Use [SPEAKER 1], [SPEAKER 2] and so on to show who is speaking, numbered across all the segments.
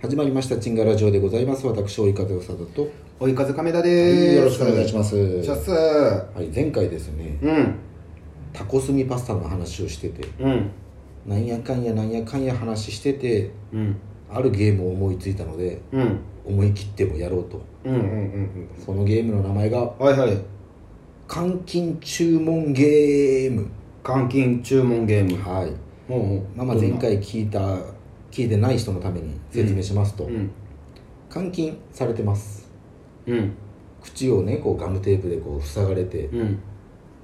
[SPEAKER 1] 始まりました「チンガラジオ」でございます私及川さだと、
[SPEAKER 2] 追い風亀田
[SPEAKER 1] は
[SPEAKER 2] で
[SPEAKER 1] い
[SPEAKER 2] す、
[SPEAKER 1] よろしくお願いします
[SPEAKER 2] シャス
[SPEAKER 1] はい、前回ですね
[SPEAKER 2] うん
[SPEAKER 1] タコスミパスタの話をしてて
[SPEAKER 2] うん
[SPEAKER 1] なんやかんやなんやかんや話してて
[SPEAKER 2] うん
[SPEAKER 1] あるゲームを思いついたので
[SPEAKER 2] うん
[SPEAKER 1] 思い切ってもやろうと
[SPEAKER 2] うんうんうん
[SPEAKER 1] そのゲームの名前が
[SPEAKER 2] うんはいはい
[SPEAKER 1] 「監禁注文ゲーム
[SPEAKER 2] 監禁注文ゲー」ム
[SPEAKER 1] はい
[SPEAKER 2] ほうほう
[SPEAKER 1] まあまあ
[SPEAKER 2] どん
[SPEAKER 1] 前
[SPEAKER 2] な
[SPEAKER 1] 回聞いた聞いてない人のために説明しますと、
[SPEAKER 2] うん
[SPEAKER 1] 監禁されてます
[SPEAKER 2] うん
[SPEAKER 1] 口をねこうガムテープでこう塞がれて
[SPEAKER 2] うん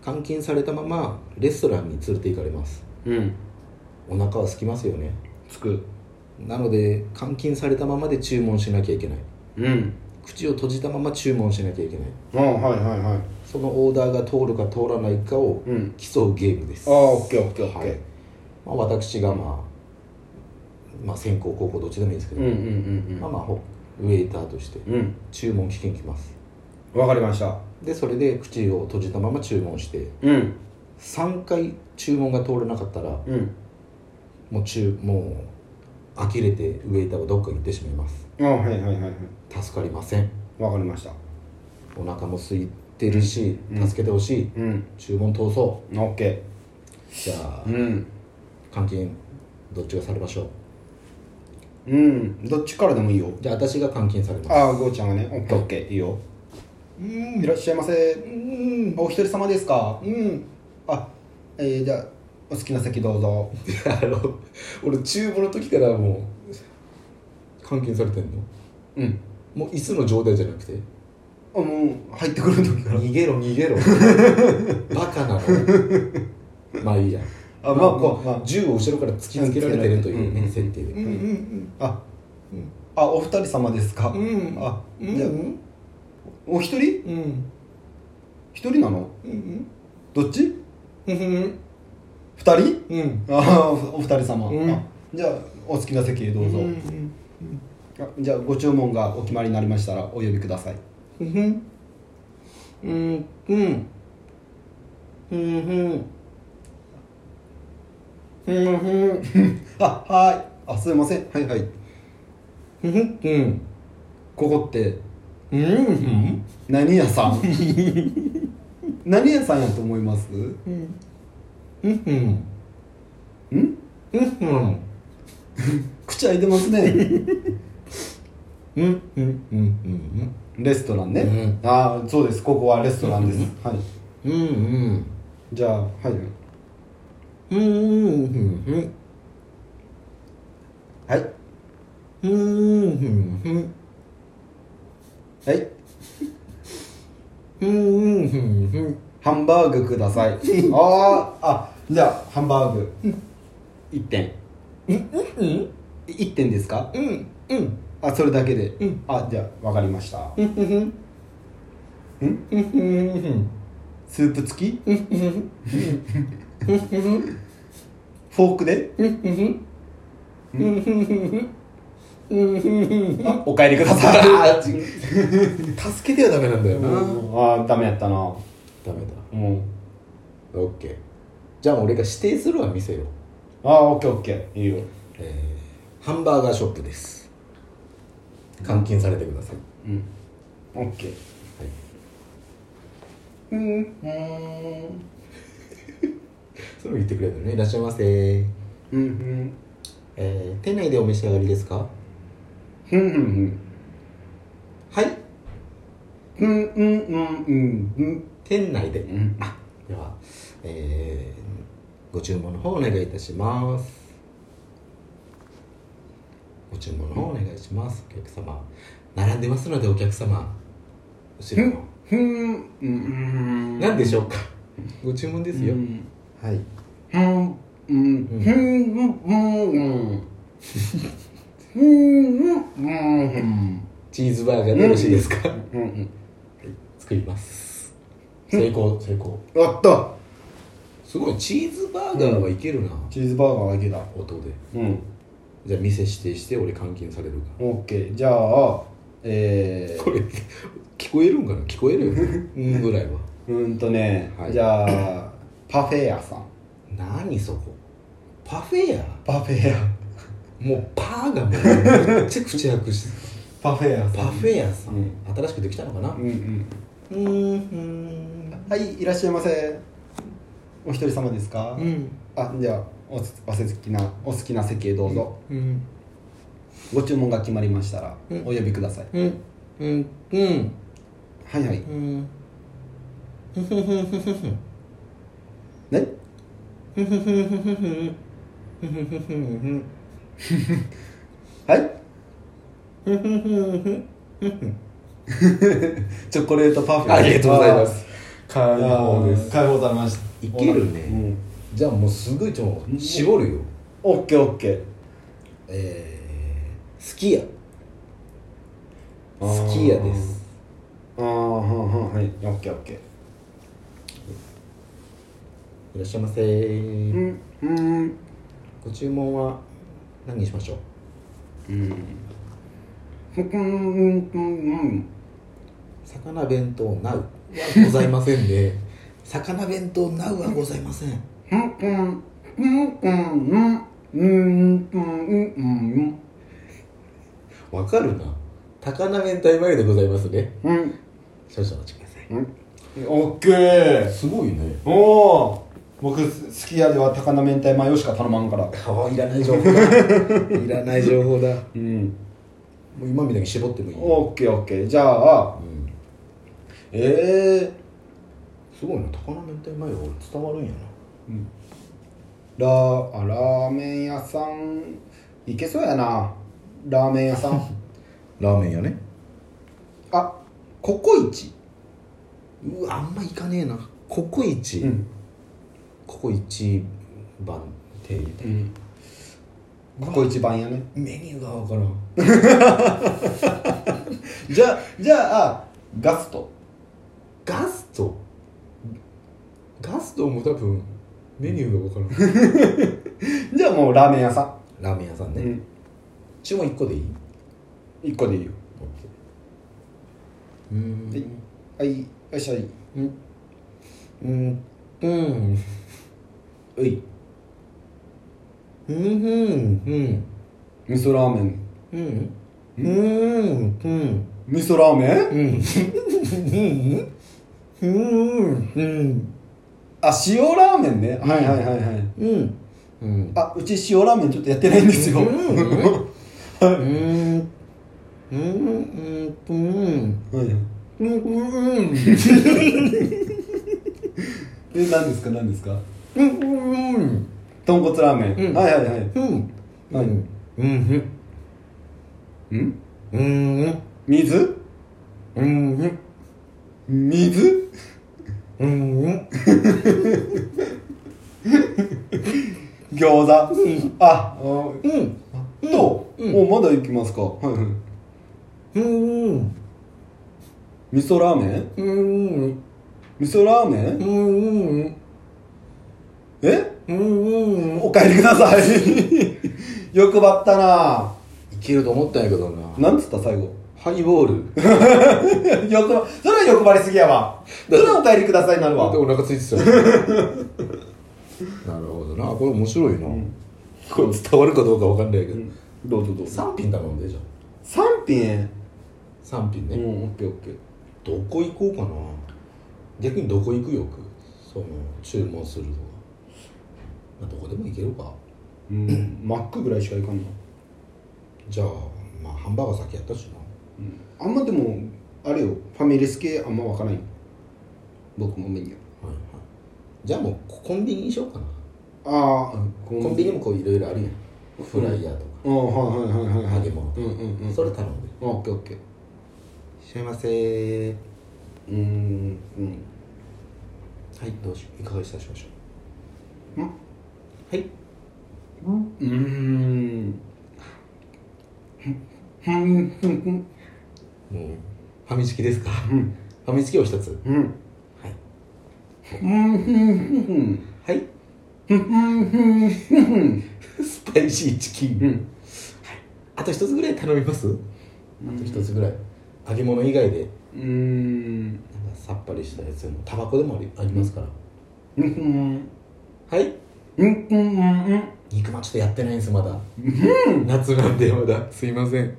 [SPEAKER 1] 監禁されたままレストランに連れて行かれます
[SPEAKER 2] うん
[SPEAKER 1] お腹は空きますよね
[SPEAKER 2] つく
[SPEAKER 1] なので監禁されたままで注文しなきゃいけない
[SPEAKER 2] うん
[SPEAKER 1] 口を閉じたまま注文しなきゃいけない
[SPEAKER 2] ああはいはいは
[SPEAKER 1] そのオーダーが通るか通らないかを
[SPEAKER 2] いうん
[SPEAKER 1] 競うゲームです、
[SPEAKER 2] ああオッケーオッケーオッ
[SPEAKER 1] は
[SPEAKER 2] ケ
[SPEAKER 1] い
[SPEAKER 2] ー
[SPEAKER 1] まあ、私がまあ、まあ、先行後攻どっちでもいいんですけ
[SPEAKER 2] う
[SPEAKER 1] ど、
[SPEAKER 2] んうんうん
[SPEAKER 1] まあまあほウェイターとして
[SPEAKER 2] うんうん
[SPEAKER 1] 注文聞きに来ます
[SPEAKER 2] わかりました
[SPEAKER 1] でそれで口を閉じたまま注文して
[SPEAKER 2] うん
[SPEAKER 1] 3回注文が通らなかったら
[SPEAKER 2] うん
[SPEAKER 1] もう注もう呆れてウェイターはどっか行ってしまいます
[SPEAKER 2] ああはいはいはいはい
[SPEAKER 1] 助かりません
[SPEAKER 2] わかりました
[SPEAKER 1] お腹も空いてるし、
[SPEAKER 2] うん
[SPEAKER 1] 助けてほしい
[SPEAKER 2] うん
[SPEAKER 1] 注文通そ
[SPEAKER 2] オッケ
[SPEAKER 1] うじゃあ
[SPEAKER 2] ーうん
[SPEAKER 1] 監禁どっちがされましょう
[SPEAKER 2] うんどっちからでもいいよ
[SPEAKER 1] じゃあ私が監禁されます
[SPEAKER 2] ああゴーちゃんがねオッケーオッケーいいようんいらっしゃいませうんお一人様ですかうんあえー、じゃあお好きな席どうぞ
[SPEAKER 1] いやあの俺厨房の時からもう監禁されてんの
[SPEAKER 2] うん
[SPEAKER 1] もう椅子の状態じゃなくて
[SPEAKER 2] あもう入ってくる時から
[SPEAKER 1] 逃げろ逃げろ バカなのまあいいや
[SPEAKER 2] あまあこう、まあ
[SPEAKER 1] 銃を後ろから突きつけられてるというね
[SPEAKER 2] うん
[SPEAKER 1] 設定で
[SPEAKER 2] うん
[SPEAKER 1] ん
[SPEAKER 2] あ
[SPEAKER 1] うん
[SPEAKER 2] あお二人様ですか、
[SPEAKER 1] うん
[SPEAKER 2] あ
[SPEAKER 1] うん
[SPEAKER 2] じゃあお一人
[SPEAKER 1] うん
[SPEAKER 2] 一人なの
[SPEAKER 1] うん
[SPEAKER 2] どっち
[SPEAKER 1] うん
[SPEAKER 2] 二人
[SPEAKER 1] うん
[SPEAKER 2] ああお二人様、
[SPEAKER 1] うん
[SPEAKER 2] あじゃあお好きな席へどうぞ、
[SPEAKER 1] うん
[SPEAKER 2] あじゃあご注文がお決まりになりましたらお呼びください
[SPEAKER 1] うんうんうんうんうんうんうん
[SPEAKER 2] あはーいあすいませんはいはい
[SPEAKER 1] うんうん
[SPEAKER 2] ここって
[SPEAKER 1] うん
[SPEAKER 2] 何屋さ ん何屋さんやと思います
[SPEAKER 1] うんうん
[SPEAKER 2] ん
[SPEAKER 1] うん
[SPEAKER 2] 口開いてますね
[SPEAKER 1] うんうんうんうん
[SPEAKER 2] レストランね、
[SPEAKER 1] う
[SPEAKER 2] ああそうですここはレストランです、は
[SPEAKER 1] う
[SPEAKER 2] い
[SPEAKER 1] んうん
[SPEAKER 2] じゃあはい
[SPEAKER 1] うんうんうん
[SPEAKER 2] はい
[SPEAKER 1] うんうんうん
[SPEAKER 2] はい
[SPEAKER 1] うんうんうん
[SPEAKER 2] ハンバーグくださいあーあじゃあハンバーグ1点
[SPEAKER 1] うん
[SPEAKER 2] 1点ですか
[SPEAKER 1] うんうん
[SPEAKER 2] あそれだけで、
[SPEAKER 1] うん
[SPEAKER 2] あじゃあわかりました
[SPEAKER 1] うんうん
[SPEAKER 2] ん
[SPEAKER 1] うんうん
[SPEAKER 2] スープ付き
[SPEAKER 1] うんうん
[SPEAKER 2] フォークであお帰りくださいあ
[SPEAKER 1] 助けてはダメなんだよな
[SPEAKER 2] ーダメやったなも
[SPEAKER 1] ダメだ
[SPEAKER 2] うん
[SPEAKER 1] オッケーじゃあ俺が指定するわ店よ、
[SPEAKER 2] ああオッケーオッケーいいよ
[SPEAKER 1] えー、ハンバーガーショップです監禁されてください、
[SPEAKER 2] うんオッケー
[SPEAKER 1] はい、
[SPEAKER 2] うんうん
[SPEAKER 1] それを言ってくれるのねいらっしゃいませ、
[SPEAKER 2] うん
[SPEAKER 1] えー、店内でお召し上がりですか
[SPEAKER 2] ふんふん
[SPEAKER 1] はい
[SPEAKER 2] ふんうんうんうんうん
[SPEAKER 1] 店内で
[SPEAKER 2] うんあ
[SPEAKER 1] では、えー、ご注文の方お願いいたしますご注文の方お願いしますお客様並んでますのでお客様後ろの
[SPEAKER 2] ふんうんうん
[SPEAKER 1] 何でしょうかご注文ですよ、
[SPEAKER 2] うん
[SPEAKER 1] はい
[SPEAKER 2] ふんうんふんうんうんふんうんうんうん
[SPEAKER 1] チーズバーガーでよろしいですか、
[SPEAKER 2] うん
[SPEAKER 1] 作ります成功成功
[SPEAKER 2] うんあった
[SPEAKER 1] すごいチーズバーガーはいけるな、
[SPEAKER 2] チーズバーガーだけだ
[SPEAKER 1] 音で
[SPEAKER 2] うん
[SPEAKER 1] じゃあ店指定して俺監禁されるか
[SPEAKER 2] オッケーじゃあえー
[SPEAKER 1] これ聞こえるんかな聞こえるよねうんぐらいは
[SPEAKER 2] うんとね、
[SPEAKER 1] はい
[SPEAKER 2] じゃあパフェ屋さん
[SPEAKER 1] 何そこパフェや
[SPEAKER 2] パフェ屋
[SPEAKER 1] もうパーがもうめっちゃ口悪し
[SPEAKER 2] パフェや
[SPEAKER 1] パフェ屋さん、
[SPEAKER 2] うん
[SPEAKER 1] 新しくできたのかな
[SPEAKER 2] うんうん
[SPEAKER 1] うーん
[SPEAKER 2] はいいらっしゃいませお一人様ですか、
[SPEAKER 1] うん
[SPEAKER 2] あじゃあおつお好きなお好きな席へどうぞ、
[SPEAKER 1] うん
[SPEAKER 2] ご注文が決まりましたら
[SPEAKER 1] うん
[SPEAKER 2] お呼びください、
[SPEAKER 1] うんうんうん
[SPEAKER 2] はいはい
[SPEAKER 1] うんふふふふふふ
[SPEAKER 2] ね
[SPEAKER 1] ふふふふふふふふふふ
[SPEAKER 2] はい
[SPEAKER 1] ふふふふ
[SPEAKER 2] チョコレートパフェ
[SPEAKER 1] ありがとうございます
[SPEAKER 2] あ
[SPEAKER 3] 解
[SPEAKER 2] ー
[SPEAKER 3] 放です
[SPEAKER 2] 解放されました
[SPEAKER 1] いけるね
[SPEAKER 2] うん
[SPEAKER 1] じゃあもうすごいちょっと絞るよ
[SPEAKER 2] オッケーオッケー
[SPEAKER 1] えー、好きや好きやです
[SPEAKER 2] あーはんはんはいオッケーオッケ
[SPEAKER 1] いらっしゃいませ
[SPEAKER 2] ーうんうん
[SPEAKER 1] ご注文は何にしましょう
[SPEAKER 2] うんうんうんうん
[SPEAKER 1] 魚弁当なうはございません ね魚弁当なうはございません
[SPEAKER 2] うんうんうんうんうんうんうんうん
[SPEAKER 1] わかるな高菜明太マヨでございますね
[SPEAKER 2] うん
[SPEAKER 1] 少々お待ちください
[SPEAKER 2] オッケー
[SPEAKER 1] すごいね
[SPEAKER 2] おお僕すき家では高菜明太マヨしか頼まんから
[SPEAKER 1] ああいらない情報 だいらない情報だも
[SPEAKER 2] うん
[SPEAKER 1] う今みたいに絞ってもいいよ、
[SPEAKER 2] オッケーオッケーじゃあ
[SPEAKER 1] うん、
[SPEAKER 2] ええ
[SPEAKER 1] すごいな高菜明太マヨ伝わるんやな
[SPEAKER 2] ラーあラーメン屋さんいけそうやなラーメン屋さん
[SPEAKER 1] ラーメン屋ね
[SPEAKER 2] あココイチ
[SPEAKER 1] うわあんま行かねえなココイチ、
[SPEAKER 2] ん、
[SPEAKER 1] ココイチ番店みたいな
[SPEAKER 2] ココイチ版やね
[SPEAKER 1] メニューが分からん
[SPEAKER 2] じゃあじゃあガスト
[SPEAKER 1] ガストガストも多分メニューが分からん
[SPEAKER 2] じゃあもうラーメン屋さ
[SPEAKER 1] ラーメン屋さん
[SPEAKER 2] ん、
[SPEAKER 1] ね、注文1個でいい
[SPEAKER 2] 1個でいいよ
[SPEAKER 1] うーん
[SPEAKER 2] はいよっしゃい
[SPEAKER 1] うんうん
[SPEAKER 2] うい
[SPEAKER 1] うんうん
[SPEAKER 2] 味噌ラーメン
[SPEAKER 1] うんうんうんうん
[SPEAKER 2] 味噌ラーメン
[SPEAKER 1] うん
[SPEAKER 2] あ塩ラーメンね、はいはいはいはい
[SPEAKER 1] うんうん
[SPEAKER 2] あうち塩ラーメンちょっとやってないんですよ、
[SPEAKER 1] うんうん うんうん
[SPEAKER 2] はい
[SPEAKER 1] うん
[SPEAKER 2] え何ですか何ですか
[SPEAKER 1] うん
[SPEAKER 2] 豚骨ラーメン、
[SPEAKER 1] うん
[SPEAKER 2] はいはいはい
[SPEAKER 1] うん
[SPEAKER 2] はい
[SPEAKER 1] うん
[SPEAKER 2] うん
[SPEAKER 1] うん
[SPEAKER 2] 水
[SPEAKER 1] うん
[SPEAKER 2] 水
[SPEAKER 1] うん
[SPEAKER 2] 餃子、あお
[SPEAKER 1] うん
[SPEAKER 2] と、
[SPEAKER 1] うん
[SPEAKER 2] おまだ行きますか、はいはい、
[SPEAKER 1] うん
[SPEAKER 2] 味噌ラーメン
[SPEAKER 1] うん
[SPEAKER 2] 味噌ラーメン、
[SPEAKER 1] うん
[SPEAKER 2] え
[SPEAKER 1] うん
[SPEAKER 2] お帰りください 欲張ったない
[SPEAKER 1] けると思ったんやけどな
[SPEAKER 2] なんつった最後
[SPEAKER 1] ハイボール
[SPEAKER 2] 欲張それは欲張りすぎやわそれはお帰りくださいになるわ
[SPEAKER 1] お腹ついてたよなるほどなこれ面白いな、これ伝わるかどうかわかんないけど、
[SPEAKER 2] どうぞどう
[SPEAKER 1] 三品頼んでじゃあ
[SPEAKER 2] 3品
[SPEAKER 1] 3品ね、
[SPEAKER 2] うんオッケーオッケー
[SPEAKER 1] どこ行こうかな逆にどこ行くよくその注文するとか、まあ、どこでも行けるか
[SPEAKER 2] うんマックぐらいしかいかんな、
[SPEAKER 1] じゃあまあハンバーガー先やったしな
[SPEAKER 2] うん、あんまでもあれよファミレス系あんまわからんよ僕もメニュー
[SPEAKER 1] はいはいじゃあもうコンビニにしようかな
[SPEAKER 2] ああコ
[SPEAKER 1] コンビニもこういろいろあるやんフライヤーとか
[SPEAKER 2] うんはいはいはいはい
[SPEAKER 1] 揚げ物
[SPEAKER 2] うんうんうん
[SPEAKER 1] それ頼んで
[SPEAKER 2] オッケーオッケー
[SPEAKER 1] すいませー
[SPEAKER 2] うーんうん
[SPEAKER 1] はいどうしいかがいたしましょうんはい
[SPEAKER 2] うんうんうん
[SPEAKER 1] もうファミチキですか
[SPEAKER 2] うん
[SPEAKER 1] ファミチキを一つ
[SPEAKER 2] うん
[SPEAKER 1] はい
[SPEAKER 2] うんうん
[SPEAKER 1] はいスパイシーチキン、
[SPEAKER 2] うん
[SPEAKER 1] あと一つぐらい頼みますあと一つぐらい揚げ物以外で
[SPEAKER 2] うん
[SPEAKER 1] なんかさっぱりしたやつでもタバコでもありありますから、
[SPEAKER 2] うん
[SPEAKER 1] はい
[SPEAKER 2] うんうんうん
[SPEAKER 1] 肉まんちょっとやってないんですまだ、夏なんでまだすいません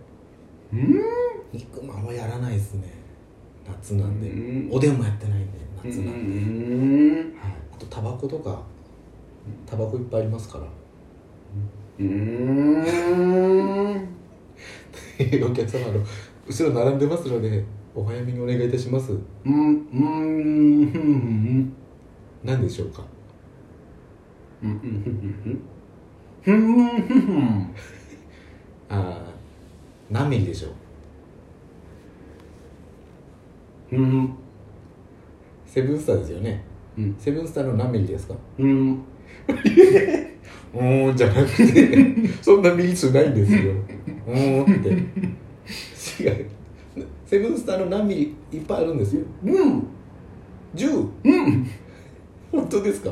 [SPEAKER 1] 肉まんはやらないですね夏なんで、
[SPEAKER 2] うん
[SPEAKER 1] おでんもやってないんで
[SPEAKER 2] う
[SPEAKER 1] 夏なんで、
[SPEAKER 2] ん
[SPEAKER 1] はい、あとタバコとかタバコいっぱいありますから
[SPEAKER 2] うん
[SPEAKER 1] お客様の後ろ並んでますのでお早めにお願いいたします
[SPEAKER 2] うんうんうん
[SPEAKER 1] 何でしょうかああ何ミリでしょうセブンスターですよねセブンスターの何ミリですかうーんじゃなく てそんなミリ数ないんですようーんって違うセブンスターの何ミリいっぱいあるんですよ10本当ですか、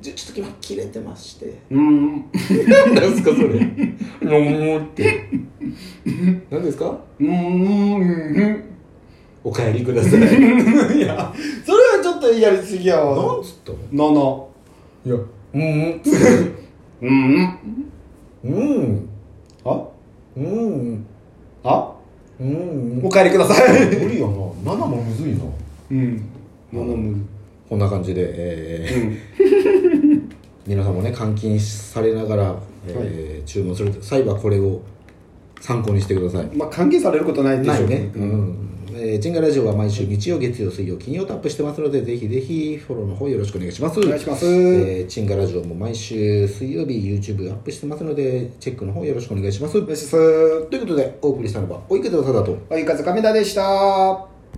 [SPEAKER 1] じゅちょっと今切れてまして何なんですかそ れうーんって何ですかお帰りください いや
[SPEAKER 2] それはちょっとやりすぎや
[SPEAKER 1] な
[SPEAKER 2] わ
[SPEAKER 1] んつったのい
[SPEAKER 2] 7
[SPEAKER 1] やうんうん
[SPEAKER 2] うん
[SPEAKER 1] うん
[SPEAKER 2] あ
[SPEAKER 1] うん
[SPEAKER 2] あ
[SPEAKER 1] うん
[SPEAKER 2] お帰りください
[SPEAKER 1] 無理やな7もむずいな
[SPEAKER 2] うん7む
[SPEAKER 1] こんな感じで、えー皆さんもね監禁されながら、えー注文する際はこれを参考にしてください
[SPEAKER 2] まあ歓迎されることないでし
[SPEAKER 1] な
[SPEAKER 2] ょ
[SPEAKER 1] いうね、うんえー、ジンガラジオは毎週日曜月曜水曜金曜とアップしてますのでぜひぜひフォローの方よろしくお願いします
[SPEAKER 2] お願いします
[SPEAKER 1] えー、チンガラジオも毎週水曜日 YouTube アップしてますのでチェックの方よろしくお願いします
[SPEAKER 2] よしす
[SPEAKER 1] ということでお送りしたのは及川貞と
[SPEAKER 2] おゆかず亀田でした